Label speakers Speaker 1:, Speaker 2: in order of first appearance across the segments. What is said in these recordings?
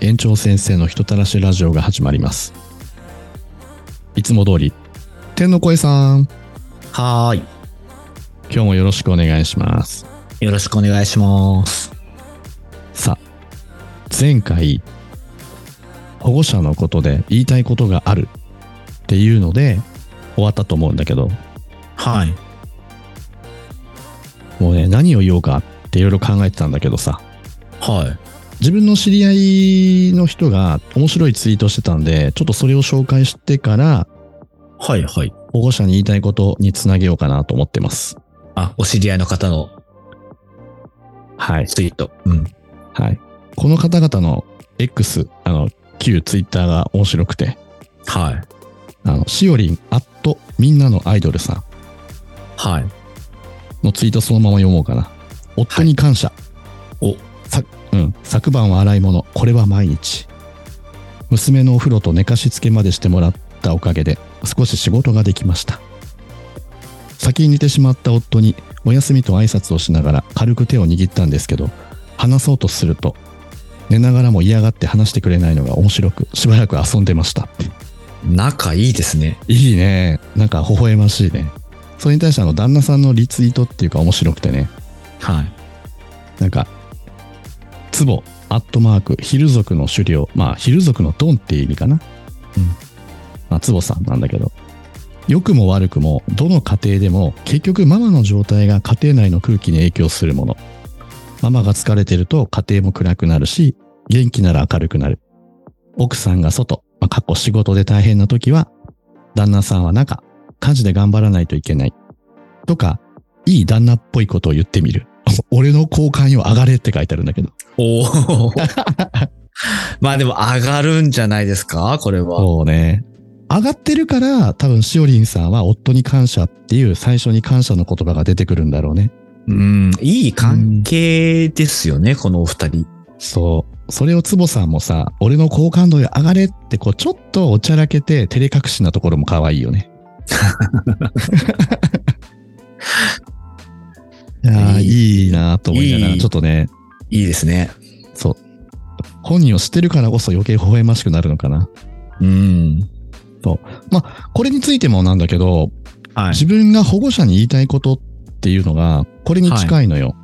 Speaker 1: 園長先生の人たらしラジオが始まりますいつも通り天の声さん
Speaker 2: はー
Speaker 1: 今日もよろしくお願いします
Speaker 2: い。よろしくお願いします。
Speaker 1: さあ前回保護者のことで言いたいことがあるっていうので終わったと思うんだけど
Speaker 2: はい。
Speaker 1: もうね何を言おうかっていろいろ考えてたんだけどさ
Speaker 2: はい。
Speaker 1: 自分の知り合いの人が面白いツイートしてたんでちょっとそれを紹介してから
Speaker 2: はいはい。
Speaker 1: 保護者に言いたいことにつなげようかなと思ってます。
Speaker 2: あ、お知り合いの方の
Speaker 1: はい。
Speaker 2: ツイート。うん。
Speaker 1: はい。この方々の X、あの、旧 Twitter が面白くて、
Speaker 2: はい。
Speaker 1: あの、しおりん、アット、みんなのアイドルさ
Speaker 2: はい。
Speaker 1: んのツイートそのまま読もうかな。夫に感謝。
Speaker 2: お、
Speaker 1: さうん。昨晩は洗い物。これは毎日。娘のお風呂と寝かしつけまでしてもらったおかげで、少し仕事ができました。先に寝てしまった夫に、お休みと挨拶をしながら軽く手を握ったんですけど、話そうとすると、寝ながらも嫌がって話してくれないのが面白く、しばらく遊んでました。
Speaker 2: 仲いいですね。
Speaker 1: いいね。なんか微笑ましいね。それに対してあの、旦那さんのリツイートっていうか面白くてね、
Speaker 2: はい。
Speaker 1: なんか、ツボ、アットマーク、ヒル族の狩猟、まあ、ヒル族のドンっていう意味かな。
Speaker 2: うん。
Speaker 1: まあ、ツボさんなんだけど、良くも悪くも、どの家庭でも、結局ママの状態が家庭内の空気に影響するもの。ママが疲れてると家庭も暗くなるし、元気なら明るくなる。奥さんが外、まあ、過去仕事で大変な時は、旦那さんは中、家事で頑張らないといけない。とか、いい旦那っぽいことを言ってみる。俺の好感よ上がれって書いてあるんだけど。
Speaker 2: おお。 まあでも上がるんじゃないですかこれは。
Speaker 1: そうね。上がってるから、多分しおりんさんは夫に感謝っていう最初に感謝の言葉が出てくるんだろうね。
Speaker 2: うん。いい関係ですよね、このお二人。
Speaker 1: そう。それを坪さんもさ、俺の好感度よ上がれって、こう、ちょっとおちゃらけて照れ隠しなところも可愛いよ ね。いやー
Speaker 2: い
Speaker 1: いいなと思いなが
Speaker 2: い
Speaker 1: ら、
Speaker 2: い
Speaker 1: ちょっとね、
Speaker 2: いいですね。
Speaker 1: そう。本人を知ってるからこそ余計微笑ましくなるのかな。
Speaker 2: うん。
Speaker 1: これについてもなんだけど、
Speaker 2: は
Speaker 1: 自。分が保護者に言いたいことっていうのが、これに近いのよ。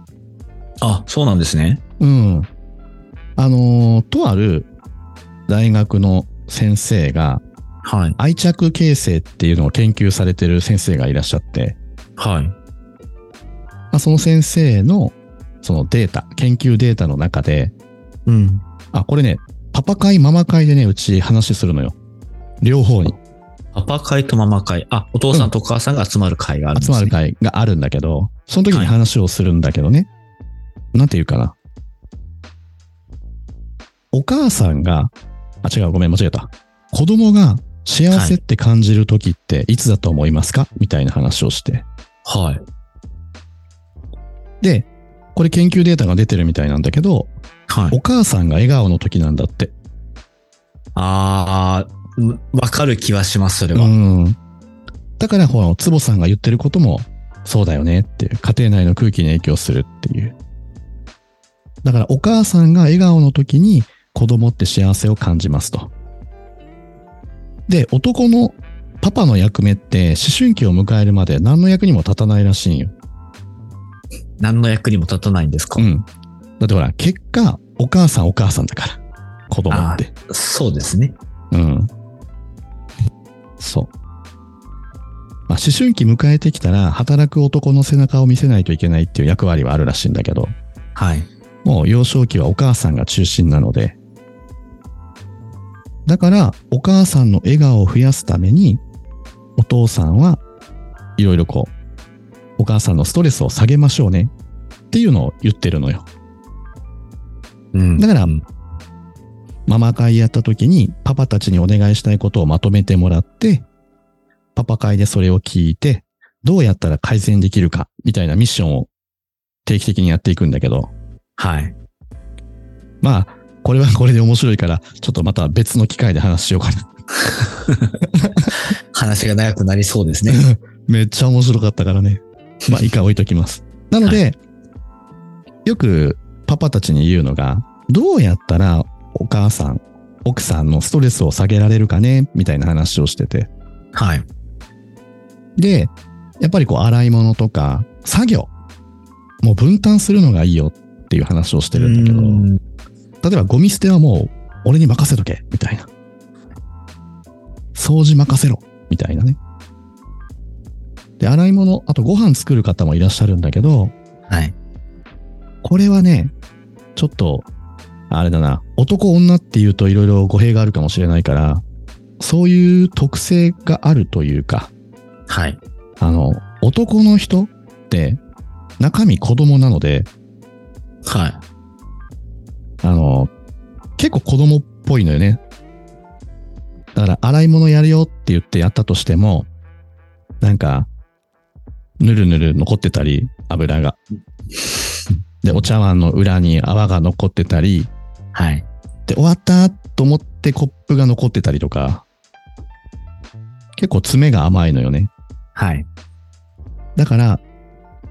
Speaker 2: あ、そうなんですね。
Speaker 1: うん。あのーとある大学の先生が、
Speaker 2: はい。
Speaker 1: 愛着形成っていうのを研究されてる先生がいらっしゃって、
Speaker 2: はい。
Speaker 1: まあ、その先生のそのデータ、研究データの中で、
Speaker 2: うん。
Speaker 1: あ、これね、パパ会、ママ会でね、うち話するのよ。両方に
Speaker 2: パパ会とママ会。あ、お父さんとお母さんが集まる会があるんです、
Speaker 1: 集
Speaker 2: ね
Speaker 1: まる会があるんだけど、その時に話をするんだけどね。なんていうかな。お母さんが、あ、違う、ごめん、間違えた。子供が幸せって感じる時っていつだと思いますかみたいな話をして。
Speaker 2: はい。
Speaker 1: で、これ研究データが出てるみたいなんだけど、
Speaker 2: はい。
Speaker 1: お母さんが笑顔の時なんだって。
Speaker 2: ああ、んわかる気はします、それ
Speaker 1: う
Speaker 2: は。
Speaker 1: ん。だから、ほら、つぼさんが言ってることも、そうだよねっていう、家庭内の空気に影響するっていう。だから、お母さんが笑顔の時に、子供って幸せを感じますと。で、男のパパの役目って、思春期を迎えるまで何の役にも立たないらしいんよ。
Speaker 2: 何の役にも立たないんですか、
Speaker 1: うん。だってほら、結果、お母さんお母さんだから。子供って。
Speaker 2: そうですね。
Speaker 1: うん。そう。まあ、思春期迎えてきたら、働く男の背中を見せないといけないっていう役割はあるらしいんだけど、
Speaker 2: はい。
Speaker 1: もう幼少期はお母さんが中心なので、だから、お母さんの笑顔を増やすために、お父さんはいろいろこう、お母さんのストレスを下げましょうねっていうのを言ってるのよ。
Speaker 2: うん
Speaker 1: だから
Speaker 2: うん
Speaker 1: ママ会やった時にパパたちにお願いしたいことをまとめてもらって、パパ会でそれを聞いて、どうやったら改善できるか、みたいなミッションを定期的にやっていくんだけど、
Speaker 2: はい。
Speaker 1: まあ、これは これで面白いから、ちょっとまた別の機会で話しようかな。
Speaker 2: 話が長くなりそうですね。
Speaker 1: めっちゃ面白かったからね。まあ、以下置いときます。なので、よくパパたちに言うのが、どうやったらお母さん、奥さんのストレスを下げられるかねみたいな話をしてて。
Speaker 2: はい。
Speaker 1: で、やっぱりこう洗い物とか作業、もう分担するのがいいよっていう話をしてるんだけど、
Speaker 2: うん
Speaker 1: 例えばゴミ捨てはもう俺に任せとけみたいな。掃除任せろみたいなね。で、洗い物、あとご飯作る方もいらっしゃるんだけど、
Speaker 2: はい。
Speaker 1: これはね、ちょっと、あれだな、男女っていうといろいろ語弊があるかもしれないから、そういう特性があるというか、
Speaker 2: はい。
Speaker 1: あの、男の人って中身子供なので、
Speaker 2: はい。
Speaker 1: あの、結構子供っぽいのよね。だから、洗い物やるよって言ってやったとしても、なんか、ぬるぬる残ってたり、油が。で、お茶碗の裏に泡が残ってたり、
Speaker 2: はい。
Speaker 1: で、終わったと思ってコップが残ってたりとか、結構爪が甘いのよね。
Speaker 2: はい。
Speaker 1: だから、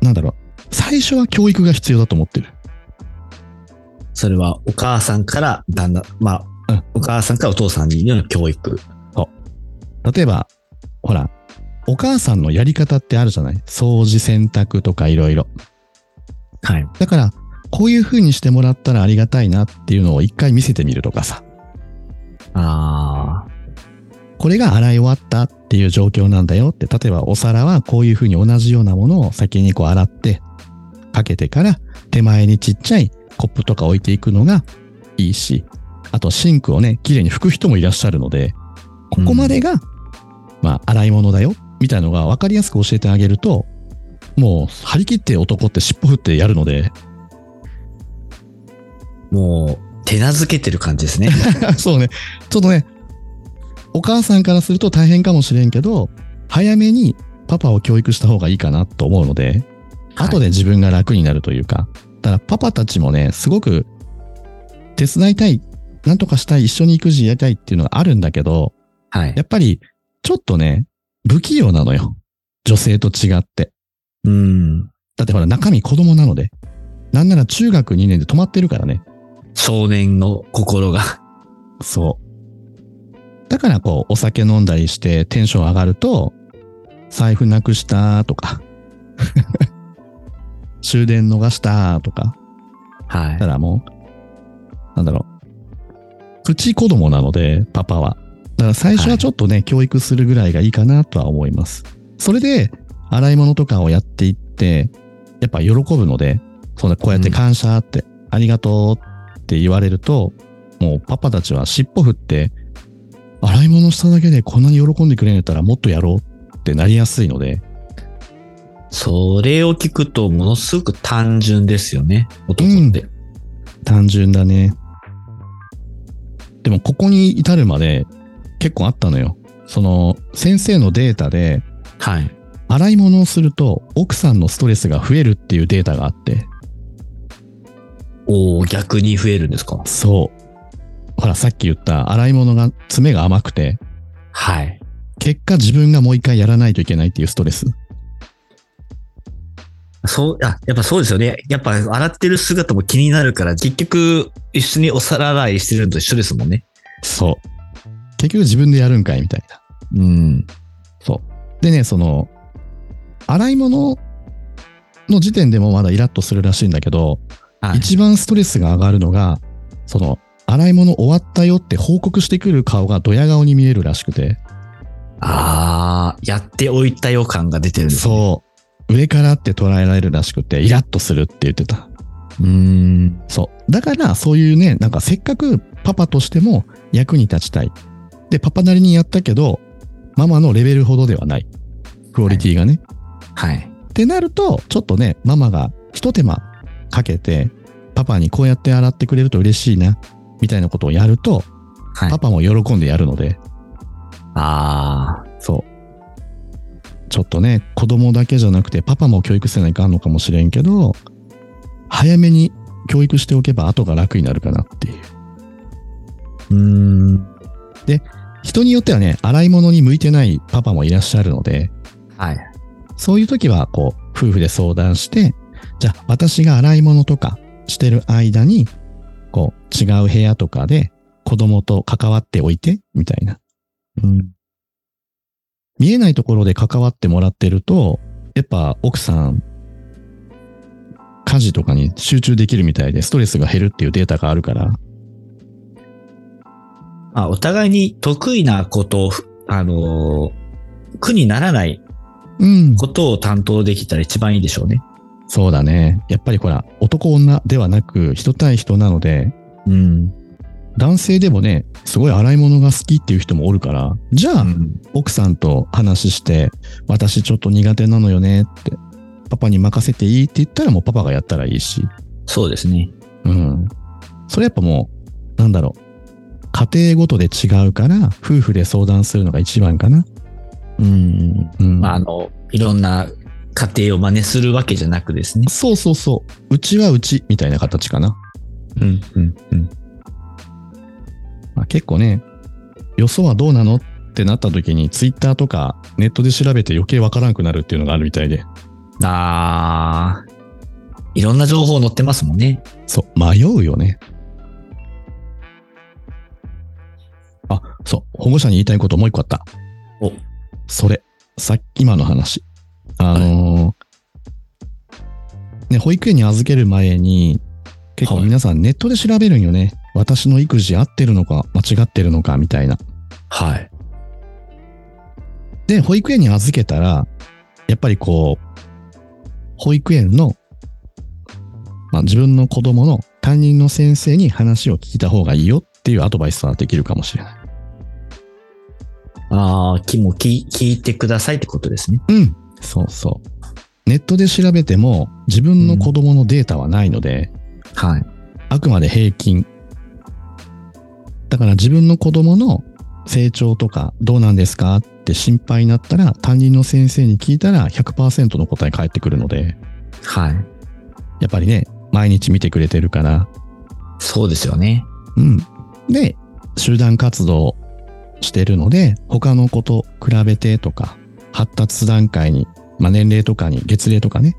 Speaker 1: なんだろう、最初は教育が必要だと思ってる。
Speaker 2: それはお母さんから旦那、まあ、
Speaker 1: うん
Speaker 2: お母さんからお父さんにの教育。
Speaker 1: 例えば、ほら、お母さんのやり方ってあるじゃない掃除、洗濯とかいろいろ。
Speaker 2: はい。
Speaker 1: だから、こういう風にしてもらったらありがたいなっていうのを一回見せてみるとかさ。
Speaker 2: あ
Speaker 1: これが洗い終わったっていう状況なんだよって、例えばお皿はこういう風に同じようなものを先にこう洗って、かけてから手前にちっちゃいコップとか置いていくのがいいし、あとシンクをね、綺麗に拭く人もいらっしゃるので、ここまでが、まあ、洗い物だよ、みたいのが分かりやすく教えてあげると、もう、張り切って男って尻尾振ってやるので、
Speaker 2: あ、もう手なずけてる感じですね。
Speaker 1: そうね、ちょっとね、お母さんからすると大変かもしれんけど、早めにパパを教育した方がいいかなと思うので、
Speaker 2: はい
Speaker 1: 後で自分が楽になるというか、だからパパたちもね、すごく手伝いたい、なんとかしたい、一緒に育児やりたいっていうのがあるんだけど、
Speaker 2: はい。
Speaker 1: やっぱりちょっとね、不器用なのよ。女性と違って。
Speaker 2: うん。
Speaker 1: だってほら、中身子供なので。なんなら中学2年で止まってるからね。
Speaker 2: 少年の心が。
Speaker 1: そう。だからこう、お酒飲んだりしてテンション上がると、財布なくしたとか、 終電逃したとか、
Speaker 2: はい
Speaker 1: だか。らもう、なんだろう。プチ子供なので、パパは。だから最初はちょっとね、教育するぐらいがいいかなとは思います。それで、洗い物とかをやっていって、やっぱ喜ぶので、そんなこうやって感謝って、ありがとうって言われると、もうパパたちは尻尾振って、洗い物しただけでこんなに喜んでくれるんだったらもっとやろうってなりやすいので、
Speaker 2: それを聞くとものすごく単純ですよね。男って。
Speaker 1: 単純だね。でもここに至るまで結構あったのよ。その先生のデータで
Speaker 2: はい。
Speaker 1: 洗い物をすると奥さんのストレスが増えるっていうデータがあって。
Speaker 2: おお逆に増えるんですか
Speaker 1: そう。ほらさっき言った洗い物が爪が甘くて
Speaker 2: はい。
Speaker 1: 結果自分がもう一回やらないといけないっていうストレス。
Speaker 2: そう、あ、やっぱそうですよね。やっぱ洗ってる姿も気になるから、結局一緒にお皿洗いしてるのと一緒ですもんね。
Speaker 1: そう。結局自分でやるんかいみたいな。
Speaker 2: うん。
Speaker 1: そう。でね、その、洗い物の時点でもまだイラッとするらしいんだけど、
Speaker 2: はい。
Speaker 1: 一番ストレスが上がるのが、その、洗い物終わったよって報告してくる顔がドヤ顔に見えるらしくて。
Speaker 2: ああ、やっておいた予感が出てるんですね。
Speaker 1: そう。上からって捉えられるらしくて、イラッとするって言ってた。
Speaker 2: う。うん。
Speaker 1: そう。だから、そういうね、なんかせっかくパパとしても役に立ちたい。で、パパなりにやったけど、ママのレベルほどではない。クオリティがね。
Speaker 2: はい。
Speaker 1: ってなると、ちょっとね、ママが一手間かけて、パパにこうやって洗ってくれると嬉しいな、みたいなことをやると、
Speaker 2: はい。
Speaker 1: パパも喜んでやるので、
Speaker 2: ああ、
Speaker 1: そう。ちょっとね、子供だけじゃなくて、パパも教育せないかんのかもしれんけど、早めに教育しておけば後が楽になるかなっていう。
Speaker 2: うーん。
Speaker 1: 人によってはね、洗い物に向いてないパパもいらっしゃるので、
Speaker 2: はい。
Speaker 1: そういう時は、こう、夫婦で相談して、じゃあ、私が洗い物とかしてる間に、こう、違う部屋とかで、子供と関わっておいて、みたいな。
Speaker 2: うん。
Speaker 1: 見えないところで関わってもらってると、やっぱ奥さん、家事とかに集中できるみたいで、ストレスが減るっていうデータがあるから、
Speaker 2: まあ、お互いに得意なことを、ふあのー苦にならない
Speaker 1: うん、
Speaker 2: ことを担当できたら一番いいでしょうね。
Speaker 1: そうだね。やっぱりほら、男女ではなく、人対人なので、
Speaker 2: うん。
Speaker 1: 男性でもね、すごい洗い物が好きっていう人もおるから、じゃあ、奥さんと話して、私ちょっと苦手なのよねって、パパに任せていいって言ったらもうパパがやったらいいし、
Speaker 2: そうですね。
Speaker 1: うん。それやっぱもう、なんだろう。家庭ごとで違うから、夫婦で相談するのが一番かな。
Speaker 2: うん。
Speaker 1: うん。
Speaker 2: まあ、あの、いろんな家庭を真似するわけじゃなくですね。
Speaker 1: そうそうそう。うちはうちみたいな形かな。
Speaker 2: うん、うん、うん。
Speaker 1: まあ、結構ね、よそはどうなのってなった時に、ツイッターとかネットで調べて余計わからなくなるっていうのがあるみたいで。
Speaker 2: あーいろんな情報載ってますもんね。
Speaker 1: そう、迷うよね。あ、そう、保護者に言いたいこともう一個あった。
Speaker 2: お
Speaker 1: それ、さっき、今の話。あのーね、保育園に預ける前に、結構
Speaker 2: はい
Speaker 1: 皆さんネットで調べるんよね。私の育児合ってるのか、間違ってるのか、みたいな。
Speaker 2: はい。
Speaker 1: で、保育園に預けたら、やっぱりこう、保育園の、まあ、自分の子供の担任の先生に話を聞いた方がいいよっていうアドバイスはできるかもしれない。
Speaker 2: ああ、きもき聞いてくださいってことですね。
Speaker 1: うん。そうそう。ネットで調べても自分の子供のデータはないので、
Speaker 2: はい。
Speaker 1: あくまで平均。だから自分の子供の成長とかどうなんですかって心配になったら担任の先生に聞いたら100%の答え返ってくるので、
Speaker 2: はい。
Speaker 1: やっぱりね、毎日見てくれてるから。
Speaker 2: そうですよね。
Speaker 1: うん。で、集団活動してるので、他の子と比べてとか、発達段階に、まあ、年齢とかに、月齢とかね、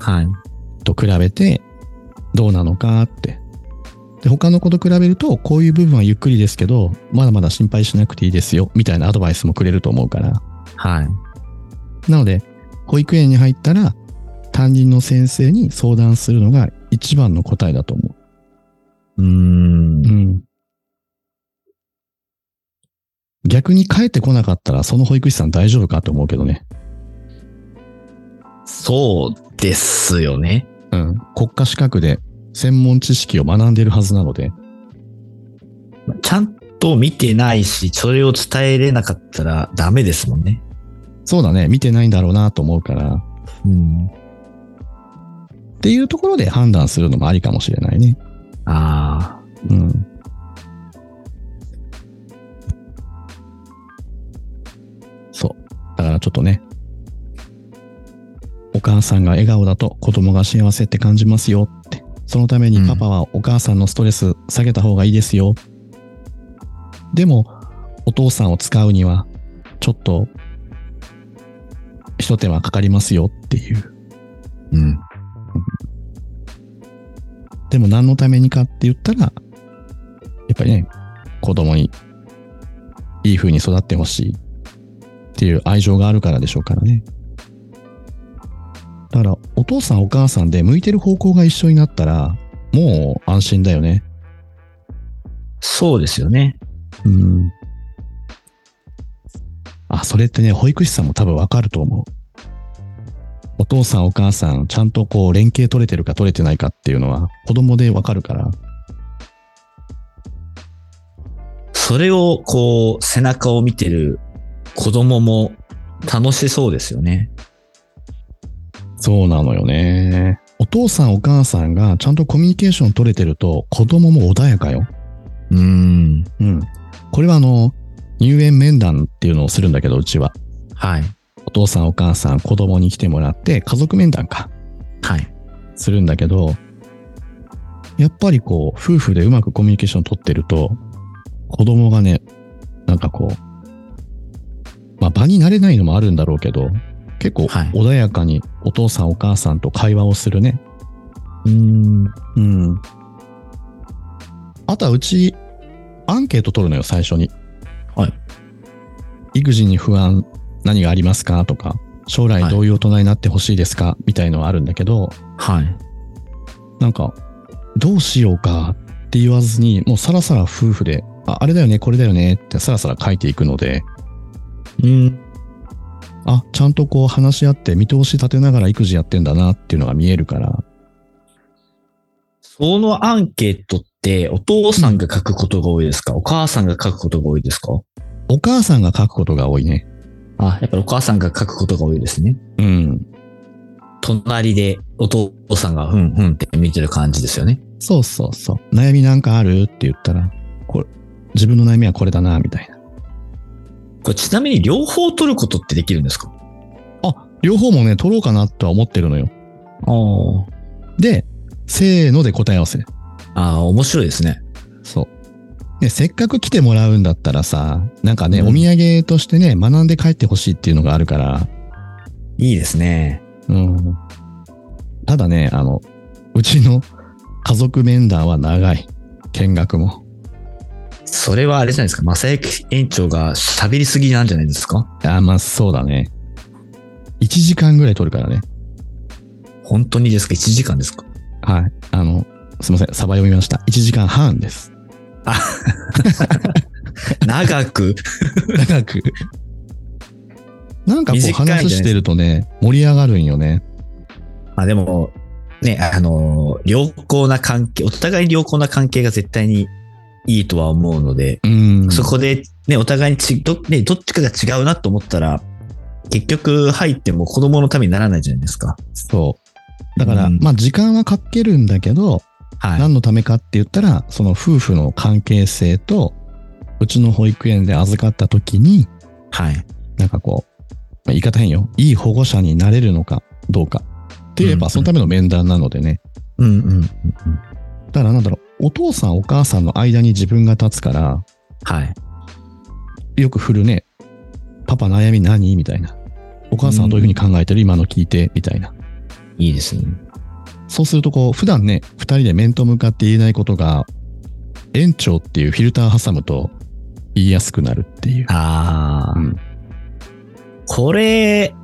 Speaker 2: はい。
Speaker 1: と比べて、どうなのかって。で、他の子と比べると、こういう部分はゆっくりですけど、まだまだ心配しなくていいですよ、みたいなアドバイスもくれると思うから。
Speaker 2: はい。
Speaker 1: なので、保育園に入ったら、担任の先生に相談するのが一番の答えだと思う。
Speaker 2: うーん
Speaker 1: う。ん。逆に帰ってこなかったら、その保育士さん大丈夫かと思うけどね。
Speaker 2: そうですよね。
Speaker 1: うん。国家資格で専門知識を学んでいるはずなので。
Speaker 2: ちゃんと見てないし、それを伝えれなかったらダメですもんね。
Speaker 1: そうだね。見てないんだろうなと思うから。
Speaker 2: うん。
Speaker 1: っていうところで判断するのもありかもしれないね。
Speaker 2: ああ。
Speaker 1: うん。そう。だからちょっとね。お母さんが笑顔だと子供が幸せって感じますよって。そのため
Speaker 2: う
Speaker 1: に
Speaker 2: ん
Speaker 1: パパはお母さんのストレス下げた方がいいですよ。でも、お父さんを使うには、ちょっと、一手間かかりますよっていう。
Speaker 2: うん。
Speaker 1: でも何のためにかって言ったら、やっぱりね、子供にいい風に育ってほしいっていう愛情があるからでしょうからね。だから、お父さんお母さんで向いてる方向が一緒になったら、もう安心だよね。
Speaker 2: そうですよね。
Speaker 1: うん。あ、それってね、保育士さんも多分わかると思う。お父さんお母さん、ちゃんとこう連携取れてるか取れてないかっていうのは子供でわかるから。
Speaker 2: それを、こう、背中を見てる子供も楽しそうですよね。
Speaker 1: そうなのよね。お父さんお母さんがちゃんとコミュニケーション取れてると子供も穏やかよ。
Speaker 2: うん。
Speaker 1: うん。これはあの、入園面談っていうのをするんだけど、うちは。
Speaker 2: はい。
Speaker 1: お父さんお母さん子供に来てもらって家族面談か。
Speaker 2: はい。
Speaker 1: するんだけど、やっぱりこう、夫婦でうまくコミュニケーション取ってると、子供がね、なんかこう、まあ場に慣れないのもあるんだろうけど、結構
Speaker 2: はい
Speaker 1: 穏やかにお父さんお母さんと会話をするね。
Speaker 2: うん。
Speaker 1: うん。あとはうちアンケート取るのよ、最初に。
Speaker 2: はい。
Speaker 1: 育児に不安、何がありますかとか、将来どういう大人になってほしいですか、みたいのはあるんだけど、
Speaker 2: はい。
Speaker 1: なんか、どうしようかって言わずに、もうさらさら夫婦で、ああれだよね、これだよねってさらさら書いていくので、
Speaker 2: うん。
Speaker 1: あ、ちゃんとこう話し合って見通し立てながら育児やってんだなっていうのが見えるから、
Speaker 2: そのアンケートって、お父さんが書くことが多いですか、お母さんが書くことが多いですか
Speaker 1: お母さんが書くことが多いね。
Speaker 2: あ、やっぱりお母さんが書くことが多いですね。
Speaker 1: うん。
Speaker 2: 隣でお父さんが、うんうんって見てる感じですよね。
Speaker 1: そうそうそう。悩みなんかあるって言ったら、これ、自分の悩みはこれだな、みたいな。
Speaker 2: これちなみに両方取ることってできるんですか
Speaker 1: あ、両方もね、取ろうかなとは思ってるのよ。
Speaker 2: ああ。
Speaker 1: で、せーので答え合わせ。
Speaker 2: ああ、面白いですね。
Speaker 1: そう。ね、せっかく来てもらうんだったらさ、なんかね、
Speaker 2: うん
Speaker 1: お土産としてね、学んで帰ってほしいっていうのがあるから、
Speaker 2: いいですね。
Speaker 1: うん。ただね、あの、うちの家族面談は長い。見学も。
Speaker 2: それはあれじゃないですか。正行園長が喋りすぎなんじゃないですか
Speaker 1: あ、まあそうだね。1時間ぐらい取るからね。
Speaker 2: 本当にですか ?1 時間ですか
Speaker 1: はい。あの、すいません。サバ読みました。1時間半です。
Speaker 2: 長く
Speaker 1: 長く。なんかこう
Speaker 2: 短いんじゃない
Speaker 1: 話してるとね、盛り上がるんよね。
Speaker 2: あ、でも、ね、あのー良好な関係、お互い良好な関係が絶対にいいとは思うので、
Speaker 1: うん。
Speaker 2: そこで、ね、お互いにちど、ね、どっちかが違うなと思ったら、結局入っても子供のためにならないじゃないですか。
Speaker 1: そう。だから、
Speaker 2: うん
Speaker 1: まあ時間はかけるんだけど、
Speaker 2: はい。
Speaker 1: 何のためかって言ったら、その夫婦の関係性と、うちの保育園で預かった時に、
Speaker 2: はい。
Speaker 1: なんかこう、まあ言い方変よ。いい保護者になれるのかどうか。って言え
Speaker 2: うんう
Speaker 1: ば、
Speaker 2: ん
Speaker 1: そのための面談なのでね。
Speaker 2: うんうんうんうん。
Speaker 1: だからなんだろう、お父さんお母さんの間に自分が立つから、
Speaker 2: はい。
Speaker 1: よく振るね、パパ悩み何みたいな。お母さんはどういうふうに考えてる今の聞いて、みたいな。
Speaker 2: いいですね。
Speaker 1: そうするとこう、普段ね、二人で面と向かって言えないことが、園長っていうフィルター挟むと言いやすくなるっていう。
Speaker 2: ああ、
Speaker 1: うん
Speaker 2: これ、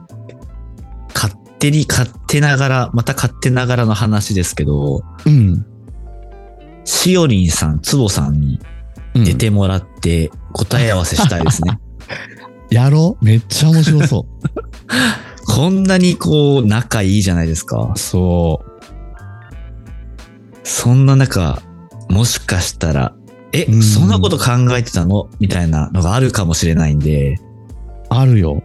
Speaker 2: 勝手に勝手ながら、また勝手ながらの話ですけど、
Speaker 1: うん。
Speaker 2: しおりんさん、つぼさんに
Speaker 1: うん
Speaker 2: 出てもらって答え合わせしたいです ね。
Speaker 1: やろうめっちゃ面白そ
Speaker 2: こんなにこう、仲いいじゃないですか
Speaker 1: う。。そう。
Speaker 2: そんな中、もしかしたら、え、
Speaker 1: うん
Speaker 2: そんなこと考えてたのみたいなのがあるかもしれないんで、
Speaker 1: あるよ。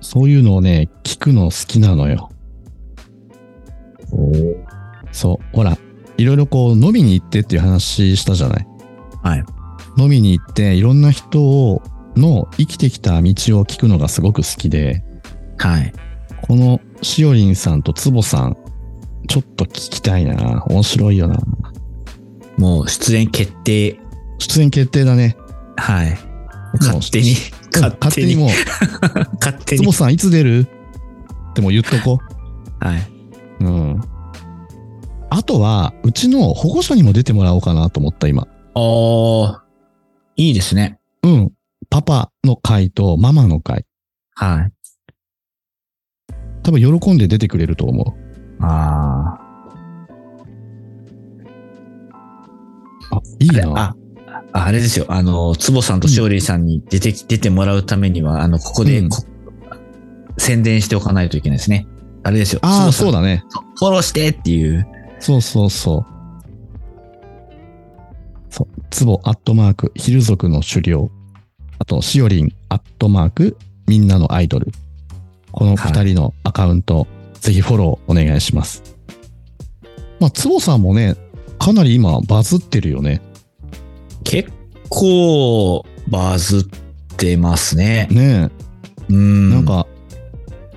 Speaker 1: そういうのをね、聞くの好きなのよ。そう。ほら、いろいろこう、飲みに行ってっていう話したじゃない。
Speaker 2: はい。
Speaker 1: 飲みに行って、いろんな人を、の生きてきた道を聞くのがすごく好きで、
Speaker 2: はい。
Speaker 1: このしおりんさんとつぼさん、ちょっと聞きたいな。面白いよな。
Speaker 2: もう出演決定。
Speaker 1: 出演決定だね。
Speaker 2: はい。勝手に、勝
Speaker 1: 勝
Speaker 2: 手
Speaker 1: 手に
Speaker 2: に、
Speaker 1: もう、
Speaker 2: 勝手
Speaker 1: つ
Speaker 2: に
Speaker 1: ぼ。さんいつ出るってもう言っとこ
Speaker 2: はい。
Speaker 1: う。うん。あとは、うちの保護者にも出てもらおうかなと思った、今。
Speaker 2: ああ、いいですね。
Speaker 1: うん。パパの会とママの会。
Speaker 2: はい。
Speaker 1: 多分喜んで出てくれると思う。
Speaker 2: あ
Speaker 1: あ、いい
Speaker 2: あ。
Speaker 1: な。
Speaker 2: あ、ああれですよ。あの、つぼさんとしおりんさんに出てき、出てもらうためには、あの、ここで
Speaker 1: うん
Speaker 2: こ宣伝しておかないといけないですね。あれですよ。
Speaker 1: ああ、
Speaker 2: つ
Speaker 1: そ
Speaker 2: ぼ
Speaker 1: う
Speaker 2: さん
Speaker 1: だね。
Speaker 2: フォローしてっていう。
Speaker 1: そうそうそう。そう。ツボアットマーク、ヒル族の狩猟。あと、しおりんアットマーク、みんなのアイドル。この二人のアカウント、ぜひフォローお願いします。まあ、ツボさんもね、かなり今バズってるよね。
Speaker 2: 結構、バズってますね。
Speaker 1: ね
Speaker 2: うん。
Speaker 1: え、なん、か、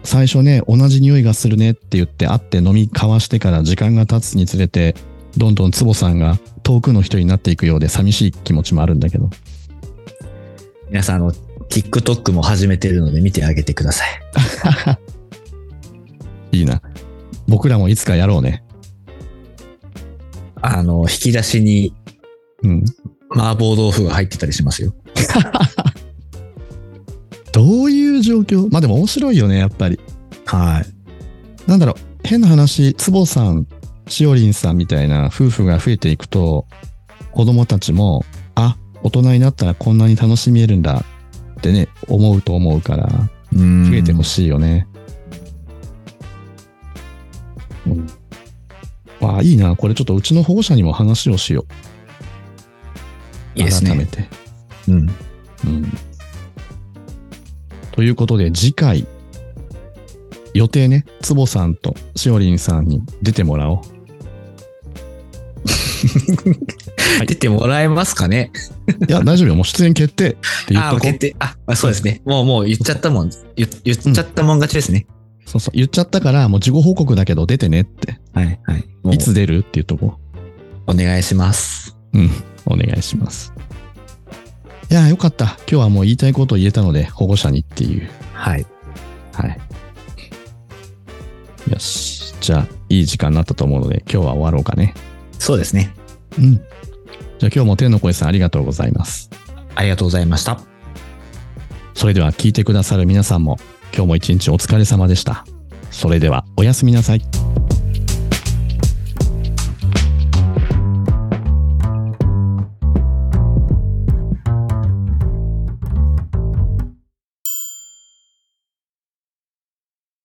Speaker 1: 最初ね、同じ匂いがするねって言って会って飲み交わしてから時間が経つにつれて、どんどんツボさんが遠くの人になっていくようで寂しい気持ちもあるんだけど。
Speaker 2: 皆さん、あの、TikTok も始めてるので見てあげてください。
Speaker 1: いいな。僕らもいつかやろうね。
Speaker 2: あの、引き出しに
Speaker 1: うん。
Speaker 2: 麻婆豆腐が入ってたりしますよ。
Speaker 1: どういう状況まあでも面白いよね、やっぱり。
Speaker 2: はい。
Speaker 1: なんだろう、変な話、坪さん、しおりんさんみたいな夫婦が増えていくと、子供たちも、あ、大人になったらこんなに楽しめるんだってね、思うと思うから、増
Speaker 2: 増
Speaker 1: えてほ
Speaker 2: しい。
Speaker 1: しいよね。うん。わあ、いいな。これちょっとうちの保護者にも話をしよう。
Speaker 2: いいです
Speaker 1: 改め
Speaker 2: ね。
Speaker 1: て。
Speaker 2: うん。
Speaker 1: うん。ということで、次回、予定ね、坪さんとしおりんさんに出てもらおう。
Speaker 2: 出てもらえますかね
Speaker 1: いや、大丈夫よ。もう出演決定って言っ
Speaker 2: あ
Speaker 1: と
Speaker 2: あ、
Speaker 1: こう
Speaker 2: 決。定。あ、あそうですね。もう、もう言っちゃったもん。言言っちゃったもん勝ちですね。
Speaker 1: そうそう。言っちゃったから、もう事後報告だけど出てねって。
Speaker 2: はい、はい。もう
Speaker 1: いつ出るって言っとこ
Speaker 2: お願いします。
Speaker 1: う。うん。お願いします。いやー、よかった。今日はもう言いたいことを言えたので、保護者にっていう。
Speaker 2: はい。
Speaker 1: はい。よし。じゃあ、いい時間になったと思うので、今日は終わろうかね。
Speaker 2: そうですね。
Speaker 1: うん。じゃあ今日も天の声さんありがとうございます。
Speaker 2: ありがとうございました。
Speaker 1: それでは聞いてくださる皆さんも今日も一日お疲れ様でした。それではおやすみなさい。